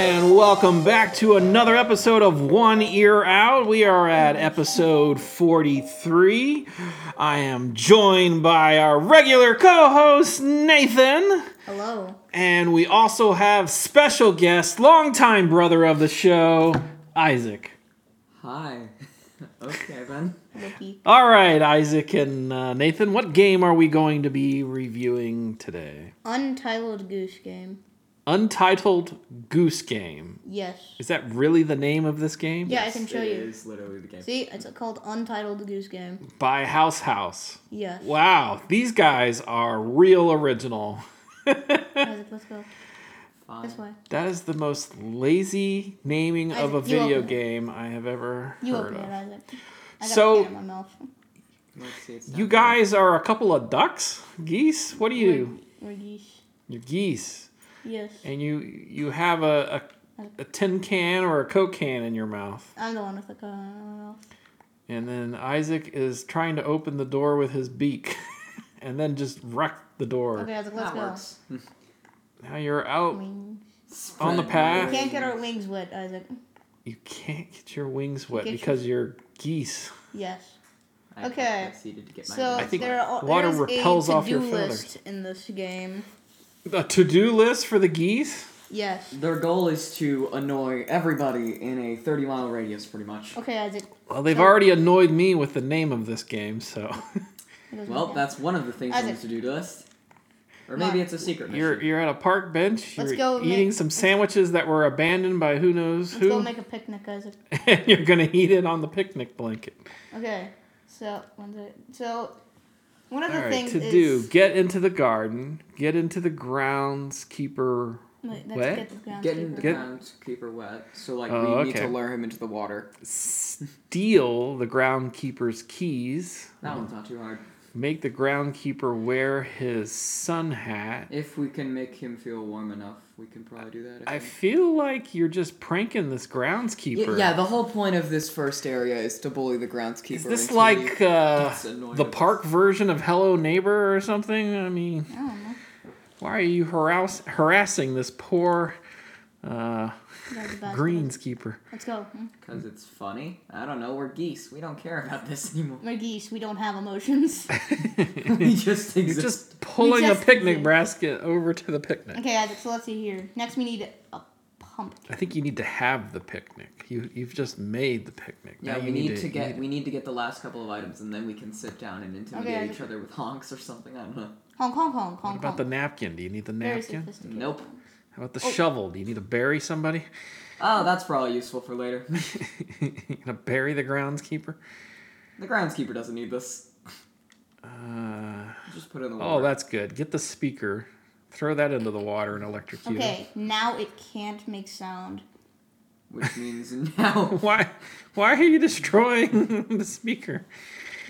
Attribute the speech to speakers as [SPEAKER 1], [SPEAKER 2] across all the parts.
[SPEAKER 1] Welcome back to another episode of One Ear Out. We are at episode 43. I am joined by our regular co host, Nathan.
[SPEAKER 2] Hello.
[SPEAKER 1] And we also have special guest, longtime brother of the show, Isaac.
[SPEAKER 3] Hi. okay, then.
[SPEAKER 2] Wookie.
[SPEAKER 1] All right, Isaac and uh, Nathan, what game are we going to be reviewing today?
[SPEAKER 2] Untitled Goose Game.
[SPEAKER 1] Untitled Goose Game.
[SPEAKER 2] Yes.
[SPEAKER 1] Is that really the name of this game?
[SPEAKER 2] Yeah, I can show
[SPEAKER 3] It
[SPEAKER 2] you.
[SPEAKER 3] is literally the game.
[SPEAKER 2] See, it's called Untitled Goose Game.
[SPEAKER 1] By House House.
[SPEAKER 2] Yes.
[SPEAKER 1] Wow, these guys are real original. that
[SPEAKER 2] Isaac, let's go.
[SPEAKER 3] Fine.
[SPEAKER 2] This way.
[SPEAKER 1] is the most lazy naming of a
[SPEAKER 2] Isaac, you
[SPEAKER 1] video
[SPEAKER 2] open it.
[SPEAKER 1] game I have ever
[SPEAKER 2] You
[SPEAKER 1] heard
[SPEAKER 2] open
[SPEAKER 1] of.
[SPEAKER 2] it, Isaac. I got
[SPEAKER 1] So-
[SPEAKER 2] it in my mouth.
[SPEAKER 3] Let's see. It's
[SPEAKER 1] You
[SPEAKER 3] down here.
[SPEAKER 1] guys are a couple of ducks, geese. What are you?
[SPEAKER 2] Or geese.
[SPEAKER 1] You're geese,
[SPEAKER 2] Yes.
[SPEAKER 1] and you you have a, a a tin can or a coke can in your mouth,
[SPEAKER 2] I'm the one with the cone in my mouth.
[SPEAKER 1] and then Isaac is trying to open the door with his beak, and then just wreck the door.
[SPEAKER 2] Okay, Isaac, let's
[SPEAKER 3] That
[SPEAKER 2] go.
[SPEAKER 3] works.
[SPEAKER 1] Now you're out.
[SPEAKER 2] Wings.
[SPEAKER 3] Spread
[SPEAKER 1] On the path.
[SPEAKER 2] We can't get our wings wet, Isaac.
[SPEAKER 1] You can't get your wings wet
[SPEAKER 2] get your-
[SPEAKER 1] because you're geese.
[SPEAKER 2] Yes.
[SPEAKER 3] I have
[SPEAKER 2] Okay.
[SPEAKER 3] proceeded to get my
[SPEAKER 2] So
[SPEAKER 1] I think
[SPEAKER 2] there are
[SPEAKER 1] water
[SPEAKER 2] there's
[SPEAKER 1] repels
[SPEAKER 2] a
[SPEAKER 1] off your
[SPEAKER 2] to-do
[SPEAKER 1] feathers.
[SPEAKER 2] list in this game.
[SPEAKER 1] A to-do list for the geese.
[SPEAKER 2] Yes.
[SPEAKER 3] Their goal is to annoy everybody in a 30 mile radius, pretty much.
[SPEAKER 2] Okay, Isaac.
[SPEAKER 1] Well, they've
[SPEAKER 2] So-
[SPEAKER 1] already annoyed me with the name of this game, so
[SPEAKER 2] It goes
[SPEAKER 3] Well,
[SPEAKER 2] like that.
[SPEAKER 3] that's one of the things on
[SPEAKER 2] Isaac.
[SPEAKER 3] the to do list. Or maybe it's a secret.
[SPEAKER 1] you're
[SPEAKER 3] mission.
[SPEAKER 1] you're at a park bench. You're
[SPEAKER 2] Let's go
[SPEAKER 1] eating
[SPEAKER 2] make-
[SPEAKER 1] some sandwiches that were abandoned by who knows
[SPEAKER 2] Let's go
[SPEAKER 1] who,
[SPEAKER 2] make a picnic, Isaac.
[SPEAKER 1] and you're gonna eat it on the picnic blanket.
[SPEAKER 2] Okay, so one sec- so one of
[SPEAKER 1] All
[SPEAKER 2] the
[SPEAKER 1] right,
[SPEAKER 2] things
[SPEAKER 1] to
[SPEAKER 2] is
[SPEAKER 1] do: get into the garden, get into the groundskeeper.
[SPEAKER 2] Wait, let's
[SPEAKER 1] Wet?
[SPEAKER 2] get the groundskeeper.
[SPEAKER 3] Getting the
[SPEAKER 1] Get-
[SPEAKER 3] groundskeeper wet, so like we
[SPEAKER 1] Oh,
[SPEAKER 3] need
[SPEAKER 1] okay.
[SPEAKER 3] to lure him into the water.
[SPEAKER 1] Steal the groundkeeper's keys.
[SPEAKER 3] That one's not too hard.
[SPEAKER 1] Make the groundkeeper wear his sun hat.
[SPEAKER 3] If we can make him feel warm enough, we can probably do that. I
[SPEAKER 1] I
[SPEAKER 3] think.
[SPEAKER 1] feel like you're just pranking this
[SPEAKER 3] Y-
[SPEAKER 1] groundskeeper.
[SPEAKER 3] yeah, the whole point of this first area is to bully the groundskeeper.
[SPEAKER 1] Is this
[SPEAKER 3] until he-
[SPEAKER 1] like uh,
[SPEAKER 3] gets annoyed
[SPEAKER 1] the
[SPEAKER 3] with
[SPEAKER 1] park version of Hello Neighbor or something? I mean,
[SPEAKER 2] I don't know.
[SPEAKER 1] why are you harass- harassing this poor uh,
[SPEAKER 2] That was a bad
[SPEAKER 1] greenskeeper?
[SPEAKER 2] one. Let's go. Hmm?
[SPEAKER 3] Because it's funny. I don't know. We're geese. We don't care about this anymore.
[SPEAKER 2] We're geese. We don't have emotions.
[SPEAKER 3] we just
[SPEAKER 1] You're
[SPEAKER 3] exist.
[SPEAKER 1] just pulling a
[SPEAKER 2] just
[SPEAKER 1] picnic
[SPEAKER 2] did.
[SPEAKER 1] basket over to the picnic.
[SPEAKER 2] okay, Isaac. So let's see here. Next, we need a pumpkin.
[SPEAKER 1] I think you need to have the picnic. You you've just made the picnic.
[SPEAKER 3] Yeah,
[SPEAKER 1] Now
[SPEAKER 3] we
[SPEAKER 1] you
[SPEAKER 3] need to
[SPEAKER 1] eat
[SPEAKER 3] get
[SPEAKER 1] it.
[SPEAKER 3] we need to get the last couple of items, and then we can sit down and intimidate
[SPEAKER 2] Okay, I-
[SPEAKER 3] each other with honks or something. I don't know.
[SPEAKER 2] Hong Kong, Hong Kong.
[SPEAKER 1] What about the napkin? Do you need the
[SPEAKER 2] Very Oh.
[SPEAKER 1] napkin?
[SPEAKER 2] sophisticated.
[SPEAKER 3] Nope.
[SPEAKER 1] How about the shovel? Do you need to bury somebody?
[SPEAKER 3] Oh, that's probably useful for later.
[SPEAKER 1] you gonna bury the groundskeeper?
[SPEAKER 3] the groundskeeper doesn't need this.
[SPEAKER 1] Uh,
[SPEAKER 3] Just put it in the
[SPEAKER 1] oh,
[SPEAKER 3] water.
[SPEAKER 1] that's good. Get the speaker, throw that into the water, and electrocute it.
[SPEAKER 2] Okay, now it can't make sound.
[SPEAKER 3] Which means now,
[SPEAKER 1] Why? Why are you destroying the speaker?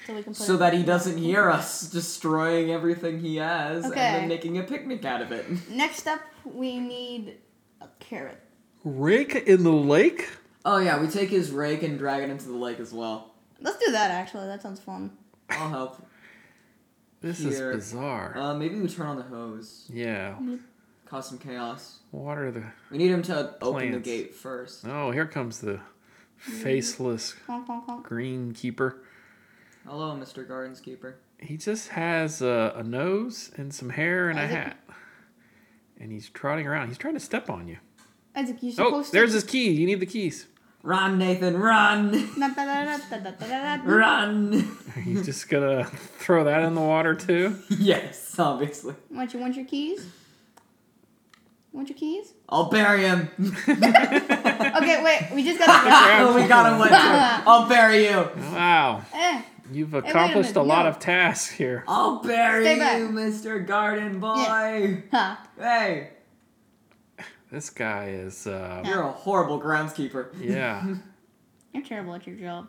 [SPEAKER 2] So we can put.
[SPEAKER 3] so
[SPEAKER 2] it-
[SPEAKER 3] that he doesn't hear us destroying everything he has and
[SPEAKER 2] Okay.
[SPEAKER 3] then making a picnic out of it.
[SPEAKER 2] Next up, we need a carrot.
[SPEAKER 1] Rake in the lake.
[SPEAKER 3] Oh yeah, we take his rake and drag it into the lake as well.
[SPEAKER 2] Let's do that. Actually, that sounds fun.
[SPEAKER 3] I'll help.
[SPEAKER 1] This
[SPEAKER 3] Here.
[SPEAKER 1] is bizarre.
[SPEAKER 3] Uh, maybe we turn on the hose,
[SPEAKER 1] yeah.
[SPEAKER 2] Mm-hmm.
[SPEAKER 3] cause some chaos.
[SPEAKER 1] Water the.
[SPEAKER 3] We need him to open the
[SPEAKER 1] Plants.
[SPEAKER 3] gate first.
[SPEAKER 1] Oh, here comes the
[SPEAKER 2] Mm-hmm.
[SPEAKER 1] faceless
[SPEAKER 2] Honk, honk, honk.
[SPEAKER 1] green keeper.
[SPEAKER 3] Hello, Mr. Gardenskeeper.
[SPEAKER 1] He just has a, a nose and some hair and a
[SPEAKER 2] Isaac?
[SPEAKER 1] hat, and he's trotting around. He's trying to step on you.
[SPEAKER 2] Isaac, you're
[SPEAKER 1] Oh,
[SPEAKER 2] supposed to.
[SPEAKER 1] there's his key. You need the keys.
[SPEAKER 3] Run, Nathan, run!
[SPEAKER 2] Da-da-da-da-da-da-da-da.
[SPEAKER 3] Run!
[SPEAKER 1] Are you just gonna throw that in the water too?
[SPEAKER 3] yes, obviously.
[SPEAKER 2] Want you want your keys? Want your keys?
[SPEAKER 3] I'll bury him.
[SPEAKER 2] Okay, wait. We just got.
[SPEAKER 3] oh, we got him with you. I'll bury you.
[SPEAKER 1] Wow,
[SPEAKER 2] eh.
[SPEAKER 1] you've
[SPEAKER 2] a
[SPEAKER 1] accomplished a,
[SPEAKER 2] minute,
[SPEAKER 1] lot
[SPEAKER 2] no.
[SPEAKER 1] of tasks here.
[SPEAKER 3] I'll bury
[SPEAKER 2] Stay
[SPEAKER 3] you,
[SPEAKER 2] back.
[SPEAKER 3] Mr. Garden Boy.
[SPEAKER 2] Ha.
[SPEAKER 3] Hey,
[SPEAKER 1] This guy is. Uh,
[SPEAKER 3] you're a horrible groundskeeper.
[SPEAKER 1] Yeah,
[SPEAKER 2] You're terrible at your job.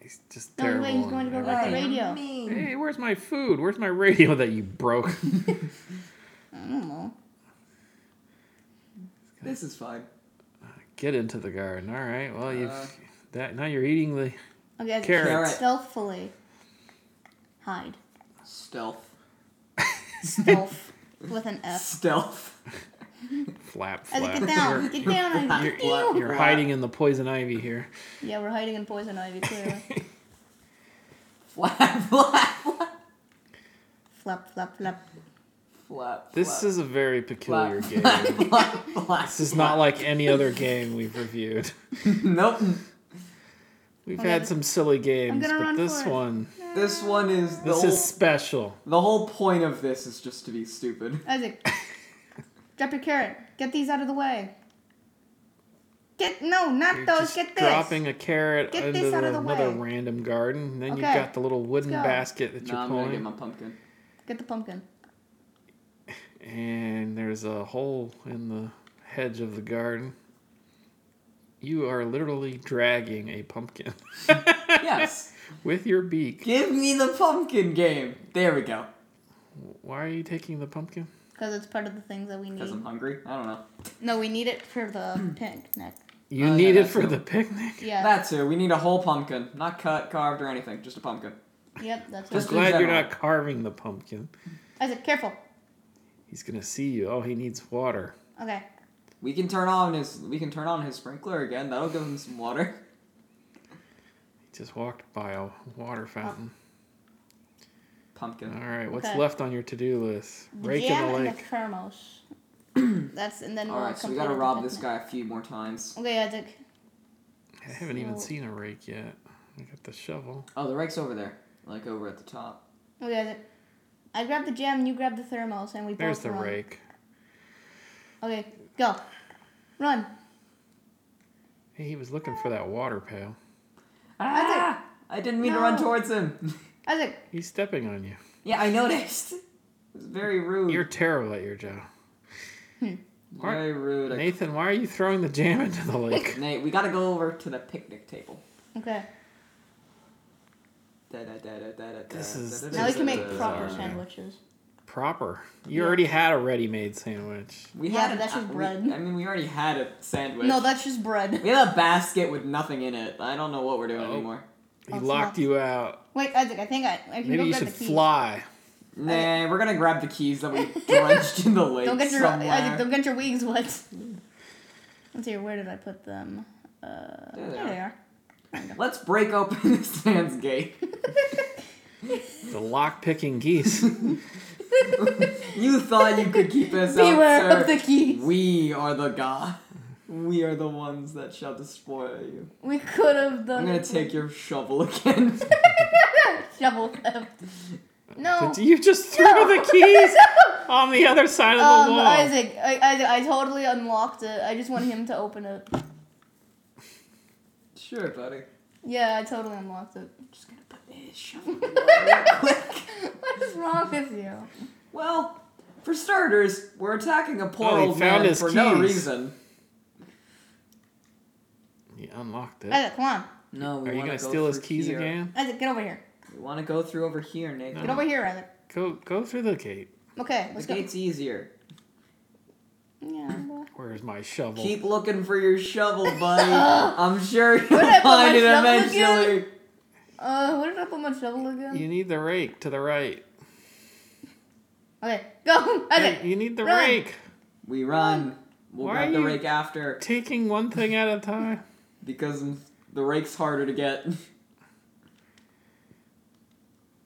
[SPEAKER 1] he's just
[SPEAKER 2] The only
[SPEAKER 1] terrible.
[SPEAKER 2] way he's going to
[SPEAKER 1] in
[SPEAKER 2] go
[SPEAKER 1] everything.
[SPEAKER 2] back the
[SPEAKER 3] Hey,
[SPEAKER 2] radio.
[SPEAKER 3] you're mean.
[SPEAKER 1] Hey, where's my food? Where's my radio that you broke?
[SPEAKER 2] I don't know.
[SPEAKER 3] This is fine.
[SPEAKER 1] Get into the garden. All right. Well, you've
[SPEAKER 3] Uh.
[SPEAKER 1] that now you're eating the
[SPEAKER 2] Okay, Isaac,
[SPEAKER 1] Carrots.
[SPEAKER 3] Carrot.
[SPEAKER 2] stealthily hide.
[SPEAKER 3] Stealth.
[SPEAKER 2] Stealth with an F.
[SPEAKER 3] Stealth.
[SPEAKER 1] flap,
[SPEAKER 2] I said,
[SPEAKER 1] flap.
[SPEAKER 2] get down,
[SPEAKER 1] You're-
[SPEAKER 2] get down, Ivy, get down.
[SPEAKER 1] You're hiding in the poison ivy here.
[SPEAKER 2] Yeah, we're hiding in poison ivy too.
[SPEAKER 3] Flap, flap, flap.
[SPEAKER 2] flap, flap, flap.
[SPEAKER 3] Flap,
[SPEAKER 1] This
[SPEAKER 3] flap,
[SPEAKER 1] is a very peculiar game.
[SPEAKER 3] flap, flap, flap,
[SPEAKER 1] This is not like any other game we've reviewed.
[SPEAKER 3] Nope.
[SPEAKER 1] We've
[SPEAKER 2] Okay.
[SPEAKER 1] had some silly games,
[SPEAKER 2] gonna
[SPEAKER 1] but
[SPEAKER 2] run
[SPEAKER 1] this
[SPEAKER 2] for it.
[SPEAKER 1] one,
[SPEAKER 3] This one is the
[SPEAKER 1] this
[SPEAKER 3] whole,
[SPEAKER 1] is special.
[SPEAKER 3] the whole point of this is just to be stupid.
[SPEAKER 2] Isaac, drop your carrot. Get these out of the way. Get no, not
[SPEAKER 1] You're
[SPEAKER 2] those.
[SPEAKER 1] just
[SPEAKER 2] Get this.
[SPEAKER 1] dropping a carrot
[SPEAKER 2] Get
[SPEAKER 1] into
[SPEAKER 2] this out of the
[SPEAKER 1] another
[SPEAKER 2] way.
[SPEAKER 1] random garden. and Then you've
[SPEAKER 2] Okay,
[SPEAKER 1] got the little wooden
[SPEAKER 2] go.
[SPEAKER 1] basket that
[SPEAKER 3] Now
[SPEAKER 1] you're
[SPEAKER 3] I'm gonna get
[SPEAKER 1] pulling,
[SPEAKER 3] my pumpkin.
[SPEAKER 2] Get the pumpkin.
[SPEAKER 1] and there's a hole in the hedge of the garden. You are literally dragging a pumpkin
[SPEAKER 3] Yes.
[SPEAKER 1] with your beak.
[SPEAKER 3] Give me the pumpkin game. There we go.
[SPEAKER 1] Why are you taking the pumpkin?
[SPEAKER 2] Because it's part of the things that we need.
[SPEAKER 3] Because I'm hungry? I don't know.
[SPEAKER 2] No, we need it for the picnic.
[SPEAKER 1] You
[SPEAKER 3] Oh, yeah,
[SPEAKER 1] need it
[SPEAKER 3] that's
[SPEAKER 1] for
[SPEAKER 3] cool.
[SPEAKER 1] the picnic.
[SPEAKER 2] Yeah.
[SPEAKER 3] That too. We need a whole pumpkin. Not cut, carved, or anything. Just a pumpkin.
[SPEAKER 2] yep, that's
[SPEAKER 1] I'm
[SPEAKER 3] Just
[SPEAKER 2] it.
[SPEAKER 3] in
[SPEAKER 1] glad you're
[SPEAKER 3] general.
[SPEAKER 1] not carving the pumpkin.
[SPEAKER 2] Isaac, careful.
[SPEAKER 1] He's gonna see you. Oh, he needs water.
[SPEAKER 2] Okay.
[SPEAKER 3] We can turn on his we can turn on his sprinkler again. That'll give him some water.
[SPEAKER 1] He just walked by a water
[SPEAKER 2] Oh,
[SPEAKER 1] fountain. All
[SPEAKER 3] Pumpkin.
[SPEAKER 1] right, what's
[SPEAKER 2] Okay.
[SPEAKER 1] left on your to-do list?
[SPEAKER 2] The
[SPEAKER 1] Rake in
[SPEAKER 2] jam
[SPEAKER 1] the
[SPEAKER 2] and
[SPEAKER 1] lake.
[SPEAKER 2] the thermos. that's and then we'll
[SPEAKER 3] Alright, so we gotta
[SPEAKER 2] complete
[SPEAKER 3] rob
[SPEAKER 2] the
[SPEAKER 3] this
[SPEAKER 2] picnic.
[SPEAKER 3] guy a few more times.
[SPEAKER 2] Okay, Isaac.
[SPEAKER 1] I haven't even
[SPEAKER 2] So-
[SPEAKER 1] seen a rake yet. I got the shovel.
[SPEAKER 3] Oh, the rake's over there. Like over at the top.
[SPEAKER 2] Okay, Isaac. I grab the jam, you grab the thermos, and we both
[SPEAKER 1] There's the
[SPEAKER 2] run.
[SPEAKER 1] rake.
[SPEAKER 2] Okay, go. Run.
[SPEAKER 1] Hey, he was looking for that water pail.
[SPEAKER 3] Ah! I didn't mean to run
[SPEAKER 2] No.
[SPEAKER 3] towards him.
[SPEAKER 2] Isaac,
[SPEAKER 1] He's stepping on you.
[SPEAKER 3] yeah, I noticed. It was very rude.
[SPEAKER 1] You're terrible at your job.
[SPEAKER 3] very rude. I-
[SPEAKER 1] Nathan, why are you throwing the jam into the lake?
[SPEAKER 3] Nate, we gotta go over to the picnic table.
[SPEAKER 2] okay.
[SPEAKER 1] This
[SPEAKER 3] This
[SPEAKER 1] is-
[SPEAKER 2] Now we
[SPEAKER 1] Just
[SPEAKER 2] can make
[SPEAKER 1] the-
[SPEAKER 2] proper
[SPEAKER 1] yeah.
[SPEAKER 2] sandwiches.
[SPEAKER 1] Proper. You
[SPEAKER 3] Yeah.
[SPEAKER 1] already had a ready-made sandwich.
[SPEAKER 3] We
[SPEAKER 2] Yeah,
[SPEAKER 3] had
[SPEAKER 2] but
[SPEAKER 3] an-
[SPEAKER 2] that's just
[SPEAKER 3] we-
[SPEAKER 2] bread.
[SPEAKER 3] I mean, we already had a sandwich.
[SPEAKER 2] No, that's just bread.
[SPEAKER 3] we had a basket with nothing in it. I don't know what we're doing
[SPEAKER 1] Oh.
[SPEAKER 3] anymore.
[SPEAKER 1] He
[SPEAKER 2] That's
[SPEAKER 1] locked
[SPEAKER 2] not-
[SPEAKER 1] you out.
[SPEAKER 2] Wait, Isaac, I think I, I can
[SPEAKER 1] Maybe
[SPEAKER 2] go
[SPEAKER 1] you
[SPEAKER 2] grab
[SPEAKER 1] should
[SPEAKER 2] the keys.
[SPEAKER 1] fly.
[SPEAKER 3] Nah, we're gonna grab the keys that we drenched in the lake
[SPEAKER 2] Don't get your
[SPEAKER 3] somewhere.
[SPEAKER 2] Isaac, don't get your wings wet. Let's see, where did I put them? Uh,
[SPEAKER 3] There they
[SPEAKER 2] there they are.
[SPEAKER 3] Let's break open this man's gate.
[SPEAKER 1] The lock-picking geese.
[SPEAKER 3] You thought you could keep us out,
[SPEAKER 2] Beware
[SPEAKER 3] sir.
[SPEAKER 2] of the keys.
[SPEAKER 3] We are the god. We are the ones that shall destroy you.
[SPEAKER 2] We could have done.
[SPEAKER 3] I'm gonna
[SPEAKER 2] it.
[SPEAKER 3] take your shovel again.
[SPEAKER 2] shovel theft. No.
[SPEAKER 1] Did you just throw the keys on the other side of the
[SPEAKER 2] Um,
[SPEAKER 1] wall?
[SPEAKER 2] Isaac, I, Isaac, I totally unlocked it. I just want him to open it.
[SPEAKER 3] sure, buddy.
[SPEAKER 2] Yeah, I totally unlocked it.
[SPEAKER 3] just gonna put this shovel in real quick.
[SPEAKER 2] What is wrong with you?
[SPEAKER 3] Well, for starters, we're attacking a poor
[SPEAKER 1] Oh, he
[SPEAKER 3] old
[SPEAKER 1] found
[SPEAKER 3] man
[SPEAKER 1] his
[SPEAKER 3] for no
[SPEAKER 1] keys.
[SPEAKER 3] reason.
[SPEAKER 1] You unlocked it.
[SPEAKER 2] Isaac, come on.
[SPEAKER 3] No, we
[SPEAKER 1] Are you
[SPEAKER 3] wanna
[SPEAKER 1] gonna
[SPEAKER 3] go
[SPEAKER 1] steal his
[SPEAKER 3] through
[SPEAKER 1] keys
[SPEAKER 3] here.
[SPEAKER 1] again?
[SPEAKER 2] Isaac, get over here.
[SPEAKER 3] We want to go through over here, Nathan.
[SPEAKER 2] Get over here, Isaac.
[SPEAKER 1] Go go through the gate.
[SPEAKER 2] Okay,
[SPEAKER 3] Uh-huh. The
[SPEAKER 2] let's go.
[SPEAKER 3] gate's easier.
[SPEAKER 2] Yeah. uh, well.
[SPEAKER 1] Where's my shovel?
[SPEAKER 3] Keep looking for your shovel, buddy. I'm sure you'll
[SPEAKER 2] Where'd I put my
[SPEAKER 3] find it
[SPEAKER 2] shovel
[SPEAKER 3] eventually.
[SPEAKER 2] Uh, where did I put my shovel again?
[SPEAKER 1] You need the rake to the right.
[SPEAKER 2] Okay, go.
[SPEAKER 1] Hey,
[SPEAKER 2] Isaac.
[SPEAKER 1] you need the
[SPEAKER 2] Run.
[SPEAKER 1] rake.
[SPEAKER 3] We run. We'll
[SPEAKER 1] Why
[SPEAKER 3] grab
[SPEAKER 1] are
[SPEAKER 3] the
[SPEAKER 1] you-
[SPEAKER 3] rake after
[SPEAKER 1] Taking one thing at a time.
[SPEAKER 3] because the rake's harder to get.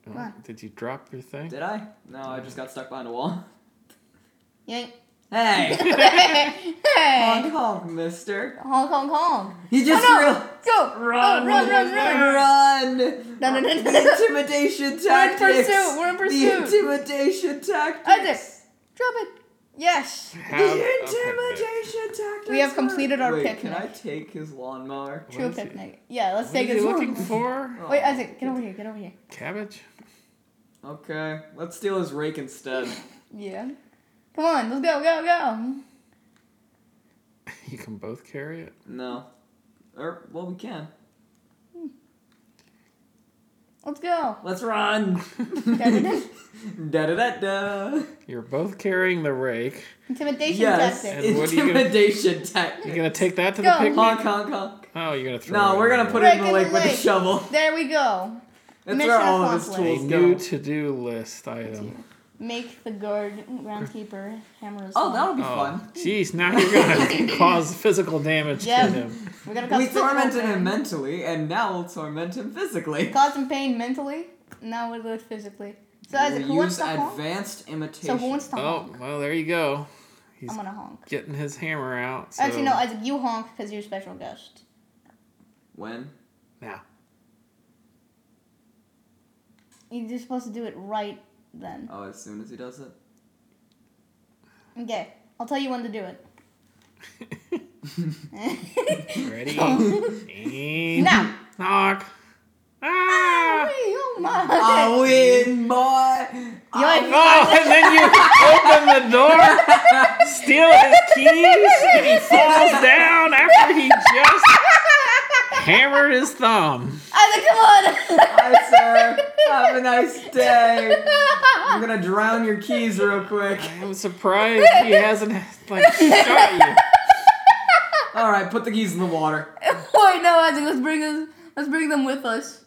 [SPEAKER 1] Oh,
[SPEAKER 2] on.
[SPEAKER 1] did you drop your thing?
[SPEAKER 3] Did I? No, I just got stuck behind a wall.
[SPEAKER 2] Yank.
[SPEAKER 3] Hey,
[SPEAKER 2] hey.
[SPEAKER 3] honk
[SPEAKER 2] Honk,
[SPEAKER 3] honk, Mister.
[SPEAKER 2] honk, honk.
[SPEAKER 3] You just
[SPEAKER 2] Oh, no.
[SPEAKER 3] real.
[SPEAKER 2] Go.
[SPEAKER 1] Run,
[SPEAKER 2] Run, run, run, run.
[SPEAKER 3] Run!
[SPEAKER 2] no, no, no.
[SPEAKER 3] The intimidation tactics!
[SPEAKER 2] pursuit, we're in
[SPEAKER 3] The
[SPEAKER 2] pursuit.
[SPEAKER 3] intimidation
[SPEAKER 2] Isaac,
[SPEAKER 3] tactics!
[SPEAKER 2] drop it. Yes.
[SPEAKER 1] Have
[SPEAKER 3] the
[SPEAKER 1] a picnic.
[SPEAKER 3] intimidation tactics!
[SPEAKER 2] We have
[SPEAKER 3] are-
[SPEAKER 2] completed our
[SPEAKER 3] Wait,
[SPEAKER 2] picnic.
[SPEAKER 3] Can I take his lawnmower?
[SPEAKER 1] What
[SPEAKER 2] True
[SPEAKER 1] is he-
[SPEAKER 2] picnic. Yeah, let's
[SPEAKER 1] What
[SPEAKER 2] take
[SPEAKER 1] are
[SPEAKER 2] it.
[SPEAKER 1] you looking for?
[SPEAKER 3] Oh,
[SPEAKER 2] Wait, Isaac, get over here. Get over here.
[SPEAKER 1] Cabbage?
[SPEAKER 3] Okay, let's steal his rake instead.
[SPEAKER 2] Yeah. Come on, let's go, go, go.
[SPEAKER 1] You can both carry it.
[SPEAKER 3] No. Or, well, we can.
[SPEAKER 2] Let's go.
[SPEAKER 3] Let's run! da da da da!
[SPEAKER 1] You're both carrying the rake.
[SPEAKER 2] Intimidation
[SPEAKER 3] Yes,
[SPEAKER 2] tactic.
[SPEAKER 1] And what are you gonna-
[SPEAKER 3] intimidation
[SPEAKER 1] You're
[SPEAKER 3] tactics.
[SPEAKER 1] gonna take that to the
[SPEAKER 2] Go.
[SPEAKER 1] picnic?
[SPEAKER 3] Honk honk honk.
[SPEAKER 1] Oh, you're gonna throw it.
[SPEAKER 3] No,
[SPEAKER 1] in
[SPEAKER 3] we're
[SPEAKER 1] the
[SPEAKER 3] gonna
[SPEAKER 1] lake.
[SPEAKER 3] put
[SPEAKER 2] Rake
[SPEAKER 3] it in the
[SPEAKER 2] in the
[SPEAKER 3] lake with a
[SPEAKER 2] lake.
[SPEAKER 3] shovel.
[SPEAKER 2] There we go.
[SPEAKER 3] That's
[SPEAKER 2] Mission
[SPEAKER 3] where all of his
[SPEAKER 2] accomplished.
[SPEAKER 1] a
[SPEAKER 3] tools
[SPEAKER 1] new
[SPEAKER 3] go.
[SPEAKER 1] to-do list item.
[SPEAKER 2] make the guard groundkeeper hammer his
[SPEAKER 3] Oh,
[SPEAKER 2] thumb.
[SPEAKER 3] that'll be
[SPEAKER 1] Oh,
[SPEAKER 3] fun.
[SPEAKER 1] jeez, now you're gonna cause physical damage
[SPEAKER 2] Yeah.
[SPEAKER 1] to him.
[SPEAKER 2] We're gonna cause
[SPEAKER 3] We
[SPEAKER 2] physical
[SPEAKER 3] tormented
[SPEAKER 2] pain.
[SPEAKER 3] him mentally, and now we'll torment him physically.
[SPEAKER 2] Cause him pain mentally. Now we do it physically. So Isaac,
[SPEAKER 3] we
[SPEAKER 2] who wants
[SPEAKER 3] use
[SPEAKER 2] to honk?
[SPEAKER 3] advanced imitation.
[SPEAKER 2] So who wants to
[SPEAKER 1] Oh,
[SPEAKER 2] honk?
[SPEAKER 1] well, there you go.
[SPEAKER 2] I'm gonna honk.
[SPEAKER 1] Getting his hammer out. So.
[SPEAKER 2] Actually, no, Isaac, you honk because you're special guest.
[SPEAKER 3] when?
[SPEAKER 1] Now.
[SPEAKER 2] You're supposed to do it right then.
[SPEAKER 3] Oh, as soon as he does it.
[SPEAKER 2] Okay, I'll tell you when to do it.
[SPEAKER 1] Ready? and
[SPEAKER 2] Oh. now.
[SPEAKER 1] Knock. Ah!
[SPEAKER 2] Oh my!
[SPEAKER 3] I win, boy.
[SPEAKER 2] You're-
[SPEAKER 1] Oh, and then you open the door, steal his keys, and he falls down after he just hammered his thumb.
[SPEAKER 2] Isaac, come on!
[SPEAKER 3] Hi, sir. Have a nice day. I'm gonna drown your keys real quick.
[SPEAKER 1] I'm surprised he hasn't like shot you.
[SPEAKER 3] All right, put the keys in the water.
[SPEAKER 2] Wait, no, Isaac, let's bring us. Let's bring them with us.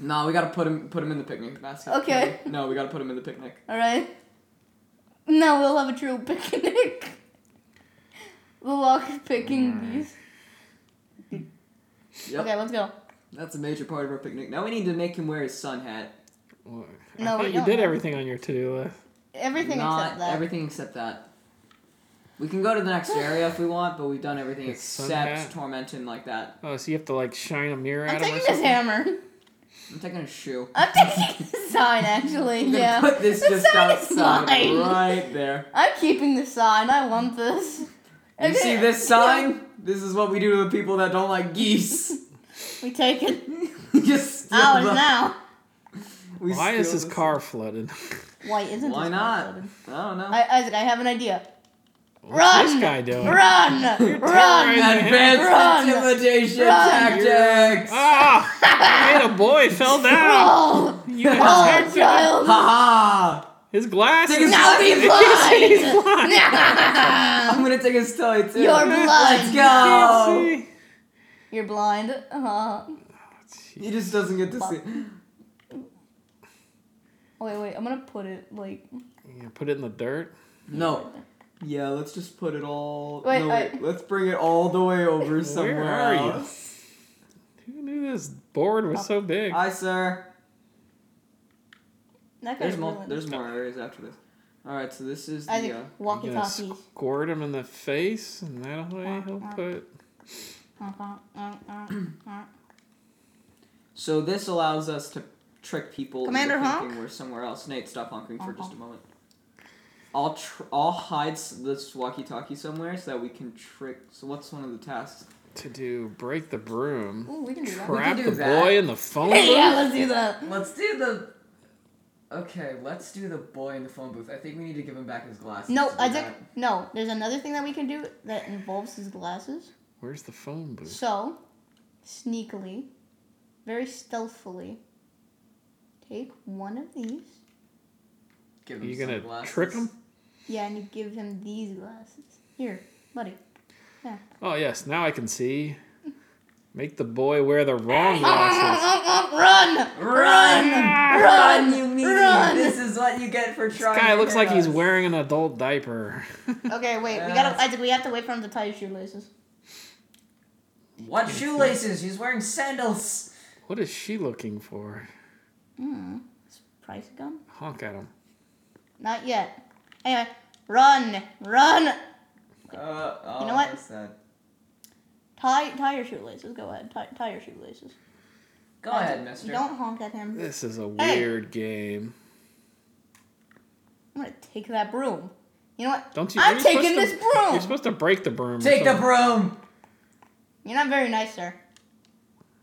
[SPEAKER 3] No, we gotta put him put him in the picnic basket.
[SPEAKER 2] Okay.
[SPEAKER 3] No, we gotta put him in the picnic.
[SPEAKER 2] All right. Now we'll have a true picnic. We'll walk picking these.
[SPEAKER 3] Yep.
[SPEAKER 2] Okay, let's go.
[SPEAKER 3] That's a major part of our picnic. Now we need to make him wear his sun hat.
[SPEAKER 1] Well, I
[SPEAKER 2] No, we
[SPEAKER 1] thought you
[SPEAKER 2] don't
[SPEAKER 1] did
[SPEAKER 2] have-
[SPEAKER 1] everything on your to-do list.
[SPEAKER 2] Everything
[SPEAKER 3] Not
[SPEAKER 2] except that.
[SPEAKER 3] everything except that. We can go to the next area if we want, but we've done everything
[SPEAKER 1] His sun hat?
[SPEAKER 3] except torment him like that.
[SPEAKER 1] Oh, so you have to like shine a mirror
[SPEAKER 2] I'm
[SPEAKER 1] at him or
[SPEAKER 2] taking this
[SPEAKER 1] something.
[SPEAKER 2] hammer.
[SPEAKER 3] I'm taking a shoe.
[SPEAKER 2] I'm taking this sign, actually.
[SPEAKER 3] I'm gonna
[SPEAKER 2] Yeah.
[SPEAKER 3] Put this
[SPEAKER 2] The
[SPEAKER 3] just
[SPEAKER 2] sign is
[SPEAKER 3] outside,
[SPEAKER 2] mine.
[SPEAKER 3] right there.
[SPEAKER 2] I'm keeping the sign. I want this.
[SPEAKER 3] You see this sign? This is what we do to the people that don't like geese.
[SPEAKER 2] We take it
[SPEAKER 3] just steal
[SPEAKER 2] out
[SPEAKER 3] the-
[SPEAKER 2] now.
[SPEAKER 3] we
[SPEAKER 1] Why is
[SPEAKER 3] steal
[SPEAKER 1] his
[SPEAKER 3] the-
[SPEAKER 1] car flooded?
[SPEAKER 2] Why isn't
[SPEAKER 3] Why
[SPEAKER 2] this
[SPEAKER 3] not?
[SPEAKER 2] uploaded?
[SPEAKER 3] I don't know.
[SPEAKER 2] I, Isaac, I have an idea.
[SPEAKER 1] What's this
[SPEAKER 2] Run!
[SPEAKER 1] guy doing?
[SPEAKER 2] Run!
[SPEAKER 1] terrorizing
[SPEAKER 2] Run!
[SPEAKER 3] Advanced
[SPEAKER 2] Run!
[SPEAKER 3] intimidation
[SPEAKER 2] Run!
[SPEAKER 3] tactics. Ha
[SPEAKER 1] Ah! Hey, the boy fell down.
[SPEAKER 2] Oh!
[SPEAKER 1] You
[SPEAKER 2] Oh,
[SPEAKER 1] attacked him.
[SPEAKER 2] child!
[SPEAKER 3] ha!
[SPEAKER 1] His glasses.
[SPEAKER 3] Take his-
[SPEAKER 2] Now be
[SPEAKER 1] He's
[SPEAKER 2] blind!
[SPEAKER 1] blind.
[SPEAKER 3] I'm gonna take his toy too.
[SPEAKER 2] You're
[SPEAKER 3] Let's
[SPEAKER 2] blind.
[SPEAKER 3] go.
[SPEAKER 1] Can't
[SPEAKER 2] You're blind. Uh-huh.
[SPEAKER 1] see.
[SPEAKER 3] He just doesn't get to see.
[SPEAKER 2] Oh, wait, wait. I'm gonna put it like.
[SPEAKER 1] Yeah, put it in the dirt.
[SPEAKER 3] No. Yeah, let's just put it all.
[SPEAKER 2] Wait,
[SPEAKER 3] no,
[SPEAKER 2] wait.
[SPEAKER 3] wait. Let's bring it all the way over somewhere
[SPEAKER 1] Where are you?
[SPEAKER 3] else.
[SPEAKER 1] Who knew this board was so big?
[SPEAKER 3] Hi, sir.
[SPEAKER 2] That guy's
[SPEAKER 3] There's more.
[SPEAKER 2] ruined.
[SPEAKER 3] There's more areas after this. All right, so this is the.
[SPEAKER 2] Isaac,
[SPEAKER 3] Uh,
[SPEAKER 1] You
[SPEAKER 2] walkie
[SPEAKER 1] gonna
[SPEAKER 2] talkie.
[SPEAKER 1] squirt him in the face, and that way he'll put.
[SPEAKER 2] Uh-huh.
[SPEAKER 3] so this allows us to trick people
[SPEAKER 2] Commander
[SPEAKER 3] into
[SPEAKER 2] Honk?
[SPEAKER 3] thinking we're somewhere else. Nate, stop honking for
[SPEAKER 2] Honk,
[SPEAKER 3] just a moment. I'll tr- I'll hide s- this walkie-talkie somewhere so that we can trick. So what's one of the tasks?
[SPEAKER 1] To do break the broom,
[SPEAKER 2] Ooh, we can do that.
[SPEAKER 1] trap
[SPEAKER 3] do
[SPEAKER 1] the
[SPEAKER 3] that.
[SPEAKER 1] boy in the phone booth.
[SPEAKER 2] yeah, let's do that.
[SPEAKER 3] Let's do the. Okay, let's do the boy in the phone booth. I think we need to give him back his glasses.
[SPEAKER 2] No, Isaac. No, there's another thing that we can do that involves his glasses.
[SPEAKER 1] Where's the phone booth?
[SPEAKER 2] So, sneakily, very stealthily, take one of these.
[SPEAKER 3] Give
[SPEAKER 1] Are you gonna trick him?
[SPEAKER 2] Yeah, and you give him these glasses. Here, buddy.
[SPEAKER 1] Oh yes, now I can see. Make the boy wear the wrong glasses.
[SPEAKER 2] Run! Run! Run,
[SPEAKER 3] you meanie!
[SPEAKER 2] Run!
[SPEAKER 3] This is what you get for trying.
[SPEAKER 1] Guy
[SPEAKER 3] to
[SPEAKER 1] looks
[SPEAKER 3] hit
[SPEAKER 1] like he's
[SPEAKER 3] us.
[SPEAKER 1] wearing an adult diaper.
[SPEAKER 2] Okay, wait. We
[SPEAKER 3] Yeah.
[SPEAKER 2] gotta. Isaac, we have to wait for him to tie his shoelaces.
[SPEAKER 3] What shoelaces? He's wearing sandals.
[SPEAKER 1] what is she looking for?
[SPEAKER 2] Hmm. Is Price gone?
[SPEAKER 1] Honk at him.
[SPEAKER 2] Not yet. Anyway, run, run.
[SPEAKER 3] Uh, oh,
[SPEAKER 2] You know what?
[SPEAKER 3] that's sad.
[SPEAKER 2] Tie, tie your shoelaces. Go ahead. Tie, tie your shoelaces.
[SPEAKER 3] Go
[SPEAKER 2] Isaac,
[SPEAKER 3] ahead, Mister.
[SPEAKER 2] Don't honk at him.
[SPEAKER 1] This is a
[SPEAKER 2] Hey.
[SPEAKER 1] weird game.
[SPEAKER 2] I'm gonna take that broom. You know what?
[SPEAKER 1] Don't you?
[SPEAKER 2] I'm
[SPEAKER 1] you're
[SPEAKER 2] taking
[SPEAKER 1] supposed
[SPEAKER 2] this
[SPEAKER 1] to-
[SPEAKER 2] broom.
[SPEAKER 1] You're supposed to break the broom. or
[SPEAKER 3] Take the
[SPEAKER 1] something.
[SPEAKER 3] broom.
[SPEAKER 2] You're not very nice, sir.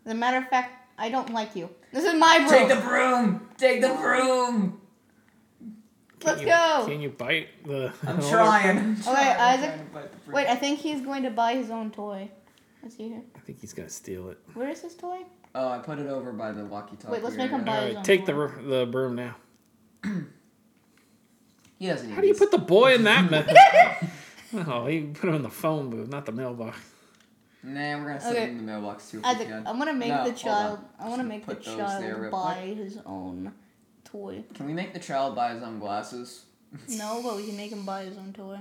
[SPEAKER 2] As a matter of fact, I don't like you. This is my broom.
[SPEAKER 3] Take the broom. Take the broom.
[SPEAKER 2] Let's
[SPEAKER 1] Can you-
[SPEAKER 2] go.
[SPEAKER 1] Can you bite the?
[SPEAKER 3] I'm trying. I'm trying. I'm
[SPEAKER 2] Isaac.
[SPEAKER 3] trying to bite the broom.
[SPEAKER 2] Wait, I think he's going to buy his own toy. Let's see here.
[SPEAKER 1] I think he's gonna steal it.
[SPEAKER 2] Where is his toy?
[SPEAKER 3] Oh, I put it over by the walkie-talkie.
[SPEAKER 2] Wait, let's make him
[SPEAKER 3] area.
[SPEAKER 2] buy-
[SPEAKER 1] All
[SPEAKER 2] his
[SPEAKER 1] right,
[SPEAKER 2] own
[SPEAKER 1] take the
[SPEAKER 2] broom.
[SPEAKER 1] r- the broom now.
[SPEAKER 3] He doesn't.
[SPEAKER 1] How do you
[SPEAKER 3] use
[SPEAKER 1] put
[SPEAKER 3] it.
[SPEAKER 1] the boy in that mess? oh, he put him in the phone booth, not the mailbox.
[SPEAKER 3] Nah, we're gonna send
[SPEAKER 2] Okay.
[SPEAKER 3] him in the mailbox too. If we
[SPEAKER 2] Isaac, um,
[SPEAKER 3] can.
[SPEAKER 2] I'm gonna make
[SPEAKER 3] No, hold
[SPEAKER 2] the
[SPEAKER 3] on.
[SPEAKER 2] child. I want to make the
[SPEAKER 3] put those there
[SPEAKER 2] child
[SPEAKER 3] real
[SPEAKER 2] buy his own toy.
[SPEAKER 3] Can we make the child buy his own glasses?
[SPEAKER 2] No, but we can make him buy his own toy.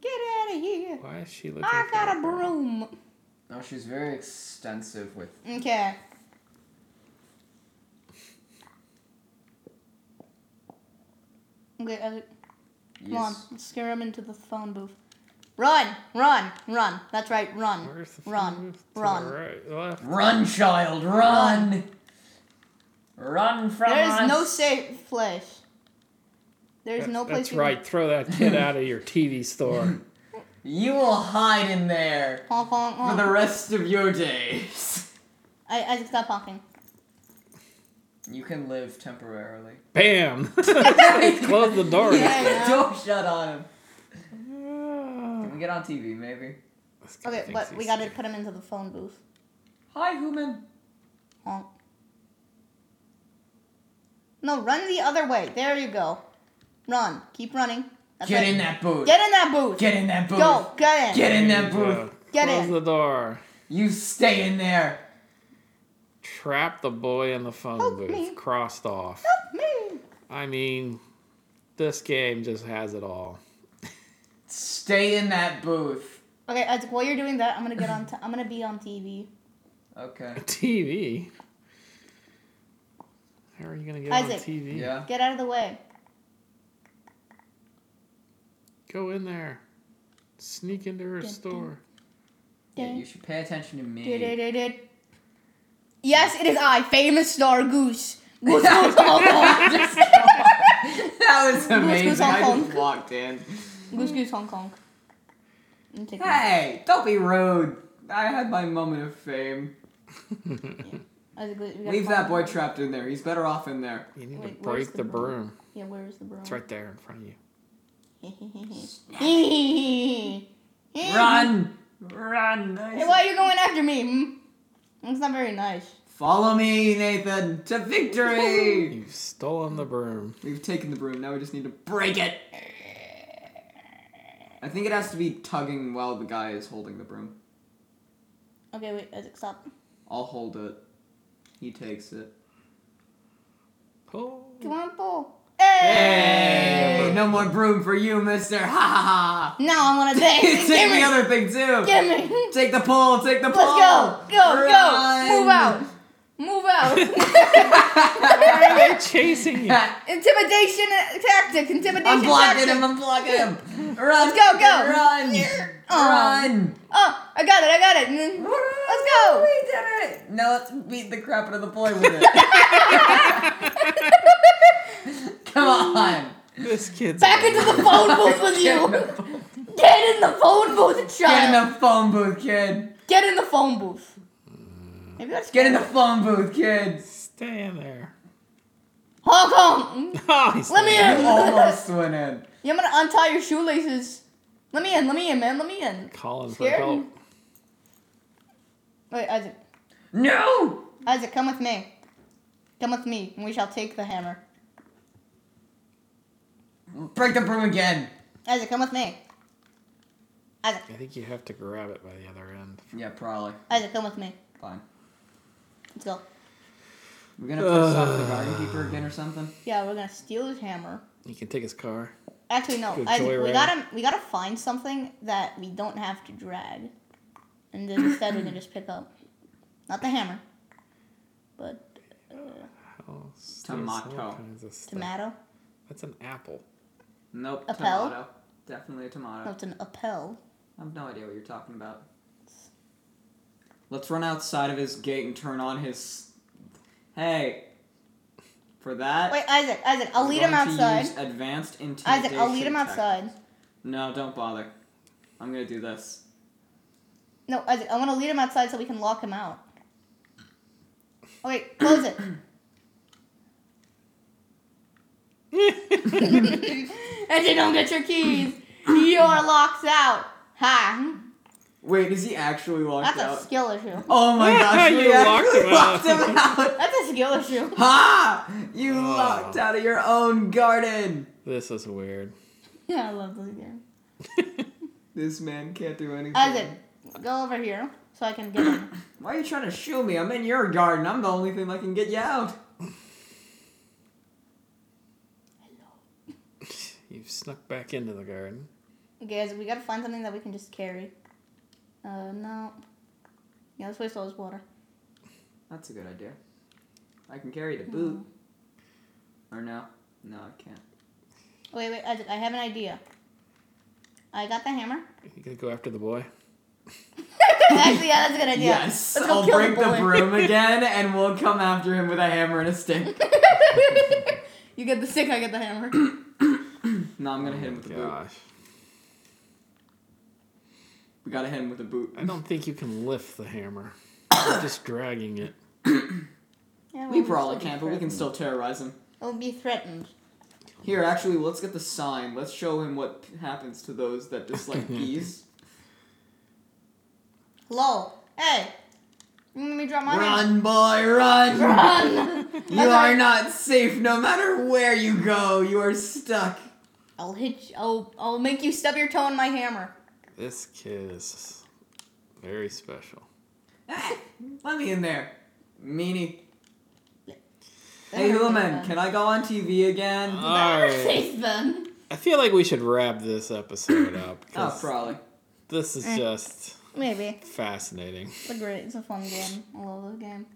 [SPEAKER 2] Get out of here!
[SPEAKER 1] Why is she looking?
[SPEAKER 2] I
[SPEAKER 1] for
[SPEAKER 2] got
[SPEAKER 1] the
[SPEAKER 2] a
[SPEAKER 1] bird?
[SPEAKER 2] broom.
[SPEAKER 3] No, she's very extensive with.
[SPEAKER 2] Okay. Okay, Isaac, come on.
[SPEAKER 3] Yes.
[SPEAKER 2] Let's scare him into the phone booth. Run! Run! Run! That's right, run.
[SPEAKER 1] Where's the
[SPEAKER 2] Run,
[SPEAKER 1] phone booth? To the
[SPEAKER 2] run.
[SPEAKER 1] right, left.
[SPEAKER 3] Run, child, run! Run from
[SPEAKER 2] There is no
[SPEAKER 3] us.
[SPEAKER 2] safe place. There's
[SPEAKER 1] That's-
[SPEAKER 2] no place
[SPEAKER 1] That's
[SPEAKER 2] you
[SPEAKER 1] right. Throw that kid out of your TV store.
[SPEAKER 3] You will hide in there
[SPEAKER 2] can honk, honk,
[SPEAKER 3] for
[SPEAKER 2] honk.
[SPEAKER 3] the rest of your days.
[SPEAKER 2] I, Isaac, stop honking.
[SPEAKER 3] You can live temporarily.
[SPEAKER 1] Bam! Close the door.
[SPEAKER 2] Yeah, yeah.
[SPEAKER 3] Don't shut on him. Can
[SPEAKER 1] Ah.
[SPEAKER 3] we get on TV, maybe?
[SPEAKER 1] This guy
[SPEAKER 2] Okay,
[SPEAKER 1] thinks
[SPEAKER 2] but
[SPEAKER 1] he's-
[SPEAKER 2] we gotta put him into the phone booth.
[SPEAKER 3] Hi, human.
[SPEAKER 2] Honk. No, run the other way. There you go. Run. Keep running. That's
[SPEAKER 3] Get
[SPEAKER 2] right.
[SPEAKER 3] in that booth.
[SPEAKER 2] Get in that booth.
[SPEAKER 3] Get in that booth.
[SPEAKER 2] Go. Get in.
[SPEAKER 3] Oh, Get in
[SPEAKER 1] There
[SPEAKER 3] that
[SPEAKER 1] you
[SPEAKER 3] booth.
[SPEAKER 1] go.
[SPEAKER 2] Get
[SPEAKER 1] Close
[SPEAKER 2] in.
[SPEAKER 1] the door.
[SPEAKER 3] You stay in there.
[SPEAKER 1] Trap the boy in the phone
[SPEAKER 2] Help
[SPEAKER 1] booth.
[SPEAKER 2] me.
[SPEAKER 1] Crossed off.
[SPEAKER 2] Me.
[SPEAKER 1] I mean, this game just has it all.
[SPEAKER 3] Stay in that booth.
[SPEAKER 2] Okay, Isaac. While you're doing that, I'm gonna get on. T- I'm gonna be on TV.
[SPEAKER 3] Okay.
[SPEAKER 1] TV. How are you gonna get on
[SPEAKER 2] Isaac.
[SPEAKER 1] TV?
[SPEAKER 3] Yeah.
[SPEAKER 2] Get out of the way.
[SPEAKER 1] Go in there. Sneak into her store.
[SPEAKER 3] yeah. You should pay attention to me.
[SPEAKER 2] Du-du-du-du. Yes, it is I, famous star Goose. Goose, goose, honk, honk.
[SPEAKER 3] that was amazing. I
[SPEAKER 2] honk.
[SPEAKER 3] just walked in.
[SPEAKER 2] Goose, goose, Hong Kong. Take it.
[SPEAKER 3] Hey, don't be rude. I had my moment of fame.
[SPEAKER 2] Isaac, we gotta
[SPEAKER 3] Leave
[SPEAKER 2] find-
[SPEAKER 3] that boy trapped in there. He's better off in there.
[SPEAKER 1] You need
[SPEAKER 2] Wait,
[SPEAKER 1] to
[SPEAKER 2] where's
[SPEAKER 1] break
[SPEAKER 2] the
[SPEAKER 1] the
[SPEAKER 2] broom?
[SPEAKER 1] broom.
[SPEAKER 2] Yeah, where is the broom?
[SPEAKER 1] It's right there in front of you.
[SPEAKER 2] Run!
[SPEAKER 3] Run! Run!
[SPEAKER 2] Hey,
[SPEAKER 3] Nathan.
[SPEAKER 2] why are you going after me? Hmm? That's not very nice.
[SPEAKER 3] Follow me, Nathan, to victory!
[SPEAKER 1] You've stolen the broom.
[SPEAKER 3] We've taken the broom, now we just need to break it! I think it has to be tugging while the guy is holding the broom.
[SPEAKER 2] Okay, wait, Isaac, stop.
[SPEAKER 3] I'll hold it. He takes it.
[SPEAKER 1] Pull.
[SPEAKER 2] Come on, pull. Hey!
[SPEAKER 3] Hey! No more broom for you, mister! Ha ha ha!
[SPEAKER 2] Now I'm gonna dance.
[SPEAKER 3] Take
[SPEAKER 2] Give
[SPEAKER 3] the
[SPEAKER 2] me,
[SPEAKER 3] other thing too!
[SPEAKER 2] give me.
[SPEAKER 3] Take the pole, take the
[SPEAKER 2] Let's
[SPEAKER 3] pole!
[SPEAKER 2] go, go,
[SPEAKER 3] Run.
[SPEAKER 2] go. Move out, move out.
[SPEAKER 1] Why are they chasing you?
[SPEAKER 2] intimidation tactic, intimidation
[SPEAKER 3] I'm blocking
[SPEAKER 2] tactic.
[SPEAKER 3] him, I'm blocking him! Run!
[SPEAKER 2] Let's go, go.
[SPEAKER 3] Run!
[SPEAKER 2] Aw.
[SPEAKER 3] Run! Oh,
[SPEAKER 2] Oh, I got it, I got it. And then- Let's go.
[SPEAKER 3] We did it! Now let's beat the crap out of the boy with it. Come on!
[SPEAKER 1] This kid's
[SPEAKER 2] Back into the phone booth with
[SPEAKER 3] Get in the
[SPEAKER 2] you.
[SPEAKER 3] phone-
[SPEAKER 2] Get in the phone booth,
[SPEAKER 3] Get in
[SPEAKER 2] child.
[SPEAKER 3] the phone booth, kid!
[SPEAKER 2] Get in the phone booth. Maybe that's
[SPEAKER 3] Get in the phone booth, kid!
[SPEAKER 1] Stay in there.
[SPEAKER 2] Hong Kong.
[SPEAKER 1] Oh, he's
[SPEAKER 2] Let me
[SPEAKER 1] there.
[SPEAKER 3] You
[SPEAKER 2] in.
[SPEAKER 3] almost went in.
[SPEAKER 2] Yeah, I'm gonna untie your shoelaces. Let me in. Let me in, man. Let me in.
[SPEAKER 1] Calling for
[SPEAKER 2] Scared?
[SPEAKER 1] help.
[SPEAKER 2] Wait, Isaac.
[SPEAKER 3] No!
[SPEAKER 2] Isaac, come with me. Come with me, and we shall take the hammer.
[SPEAKER 3] Break the broom again.
[SPEAKER 2] Isaac, come with me. Isaac,
[SPEAKER 1] I think you have to grab it by the other end.
[SPEAKER 3] Yeah, probably.
[SPEAKER 2] Isaac, come with me.
[SPEAKER 3] Fine.
[SPEAKER 2] Let's go.
[SPEAKER 3] We're gonna piss off the garden keeper again or something?
[SPEAKER 2] Yeah, we're gonna steal his hammer.
[SPEAKER 1] You can take his car.
[SPEAKER 2] Actually, no.
[SPEAKER 1] Good
[SPEAKER 2] Isaac, we
[SPEAKER 1] joyride.
[SPEAKER 2] gotta we gotta find something that we don't have to drag, and then instead we can just pick up, not the hammer, but
[SPEAKER 1] Oh, there's
[SPEAKER 3] Tomato.
[SPEAKER 1] all kinds of stuff.
[SPEAKER 2] tomato.
[SPEAKER 1] That's an apple.
[SPEAKER 3] Nope.
[SPEAKER 2] A pell?
[SPEAKER 3] tomato. Definitely a tomato.
[SPEAKER 2] No, it's an appel.
[SPEAKER 3] I have no idea what you're talking about. Let's run outside of his gate and turn on his. Hey. For that.
[SPEAKER 2] Wait, Isaac, Isaac, I'll
[SPEAKER 3] I'm
[SPEAKER 2] lead him
[SPEAKER 3] going to
[SPEAKER 2] outside.
[SPEAKER 3] use advanced
[SPEAKER 2] Isaac, I'll lead
[SPEAKER 3] intimidation
[SPEAKER 2] him outside.
[SPEAKER 3] tactics. No, don't bother. I'm gonna do this.
[SPEAKER 2] No, Isaac, I want to lead him outside so we can lock him out. Okay, close it. and you don't get your keys. You're locked out. Ha.
[SPEAKER 3] Wait, is he actually locked
[SPEAKER 2] That's a
[SPEAKER 3] out?
[SPEAKER 2] skill issue.
[SPEAKER 3] Oh my gosh,
[SPEAKER 1] You
[SPEAKER 3] we
[SPEAKER 1] locked
[SPEAKER 3] actually
[SPEAKER 1] him
[SPEAKER 3] locked
[SPEAKER 1] out.
[SPEAKER 3] him out.
[SPEAKER 2] That's a skill issue.
[SPEAKER 3] Ha! You
[SPEAKER 1] Oh.
[SPEAKER 3] locked out of your own garden.
[SPEAKER 1] This is weird.
[SPEAKER 2] Yeah, I love this game.
[SPEAKER 3] This man can't do anything.
[SPEAKER 2] Isaac, go over here so I can get him.
[SPEAKER 3] Why are you trying to shoot me? I'm in your garden. I'm the only thing that can get you out.
[SPEAKER 1] You've snuck back into the garden.
[SPEAKER 2] Okay, guys, we gotta find something that we can just carry. Uh, no. Yeah, let's waste all this water.
[SPEAKER 3] That's a good idea. I can carry the boot. Or no? No, I can't.
[SPEAKER 2] Wait, wait, Isaac, I have an idea. I got the hammer.
[SPEAKER 1] You gonna go after the boy?
[SPEAKER 2] Actually, yeah, that's a good idea.
[SPEAKER 3] Yes,
[SPEAKER 2] Let's go
[SPEAKER 3] I'll
[SPEAKER 2] kill
[SPEAKER 3] break the,
[SPEAKER 2] boy.
[SPEAKER 3] broom again, and we'll come after him with a hammer and a stick.
[SPEAKER 2] You get the stick, I get the hammer.
[SPEAKER 3] No, I'm
[SPEAKER 1] Oh
[SPEAKER 3] gonna hit him with the boot.
[SPEAKER 1] Gosh.
[SPEAKER 3] We gotta hit him with a boot.
[SPEAKER 1] I don't think you can lift the hammer. You're just dragging it.
[SPEAKER 2] Yeah,
[SPEAKER 3] We
[SPEAKER 2] we'll
[SPEAKER 3] probably
[SPEAKER 2] still be
[SPEAKER 3] can't, but we can
[SPEAKER 2] threatened.
[SPEAKER 3] still terrorize him.
[SPEAKER 2] We'll be threatened.
[SPEAKER 3] Here, actually, let's get the sign. Let's show him what p- happens to those that dislike bees.
[SPEAKER 2] Hello. Hey. Let me drop my hand.
[SPEAKER 3] Run, boy, run!
[SPEAKER 2] Run.
[SPEAKER 3] You are not safe no matter where you go. You are stuck.
[SPEAKER 2] I'll hit you. I'll, I'll make you stub your toe in my hammer.
[SPEAKER 1] This kid is very special.
[SPEAKER 3] Ah, let me in there. Meanie.
[SPEAKER 2] That
[SPEAKER 3] Hey,
[SPEAKER 2] hurt,
[SPEAKER 3] human,
[SPEAKER 2] Ben.
[SPEAKER 3] can I go on TV again?
[SPEAKER 1] All
[SPEAKER 2] That hurt,
[SPEAKER 1] right.
[SPEAKER 2] Faith, Ben.
[SPEAKER 1] I feel like we should wrap this episode up.
[SPEAKER 3] Oh,
[SPEAKER 1] 'cause
[SPEAKER 3] probably.
[SPEAKER 1] this is just
[SPEAKER 2] Maybe.
[SPEAKER 1] fascinating.
[SPEAKER 2] It's a great. It's a fun game. I love this game.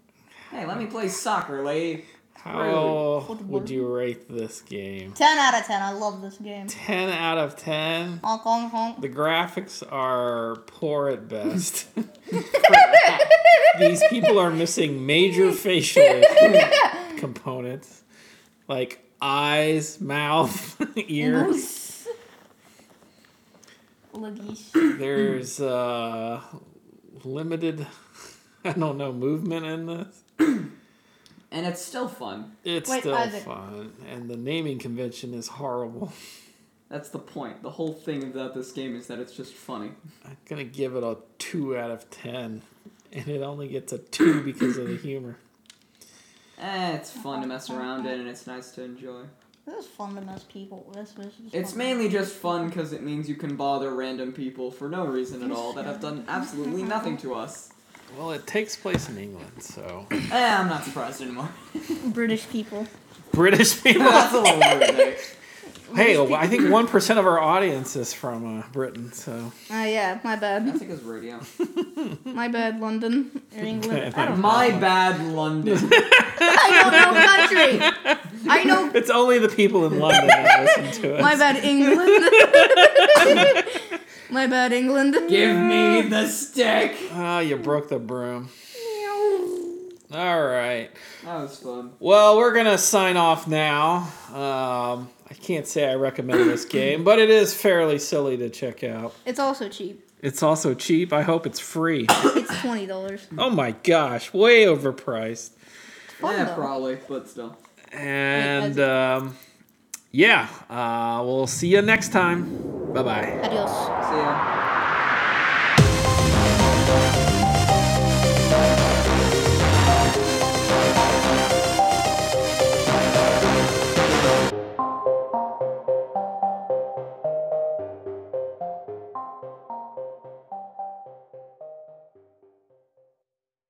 [SPEAKER 3] Hey, let me play soccer, lady.
[SPEAKER 1] How
[SPEAKER 2] Really?
[SPEAKER 1] would you rate this game?
[SPEAKER 2] Ten out of ten. I love this game.
[SPEAKER 1] 10 out of 10.
[SPEAKER 2] Honk honk honk.
[SPEAKER 1] The graphics are poor at best. These people are missing major facial components like eyes, mouth, ears.
[SPEAKER 2] Moose. Luggish.
[SPEAKER 1] There's uh, limited, I don't know, movement in this.
[SPEAKER 3] And it's still fun.
[SPEAKER 1] It's
[SPEAKER 2] Wait,
[SPEAKER 1] still
[SPEAKER 2] Isaac.
[SPEAKER 1] fun, and the naming convention is horrible.
[SPEAKER 3] That's the point. The whole thing about this game is that it's just funny.
[SPEAKER 1] I'm gonna give it a two out of ten, and it only gets a two because of the humor.
[SPEAKER 3] Eh, it's fun to mess around in, and it's nice to enjoy.
[SPEAKER 2] This is fun to most people. This, this is
[SPEAKER 3] It's
[SPEAKER 2] fun.
[SPEAKER 3] mainly just fun because it means you can bother random people for no reason at all that have done absolutely nothing to us.
[SPEAKER 1] Well, it takes place in England, so
[SPEAKER 3] Eh, I'm not surprised anymore.
[SPEAKER 2] British people.
[SPEAKER 1] British people.
[SPEAKER 3] That's a little rude, eh?
[SPEAKER 1] hey, well, I think one percent of our audience is from uh, Britain, so
[SPEAKER 2] Uh, yeah, my
[SPEAKER 3] I
[SPEAKER 2] bad.
[SPEAKER 3] think it's radio.
[SPEAKER 2] My bad, London or England. I don't,
[SPEAKER 3] My bad, London.
[SPEAKER 2] I don't know country. I know.
[SPEAKER 1] it's only the people in London that listen to us.
[SPEAKER 2] My bad, England. my bad, England.
[SPEAKER 3] Give me the stick.
[SPEAKER 1] Ah, you broke the broom. All right.
[SPEAKER 3] That was fun.
[SPEAKER 1] Well, we're gonna sign off now. Um, I can't say I recommend this game, but it is fairly silly to check out.
[SPEAKER 2] It's also cheap.
[SPEAKER 1] It's also cheap. I hope it's free.
[SPEAKER 2] It's twenty dollars.
[SPEAKER 1] Oh my gosh, way overpriced.
[SPEAKER 2] Fun
[SPEAKER 3] yeah,
[SPEAKER 2] though.
[SPEAKER 3] Eh, probably, but still.
[SPEAKER 1] And um, yeah, uh, we'll see you next time. Bye bye.
[SPEAKER 2] Adios.
[SPEAKER 3] See ya.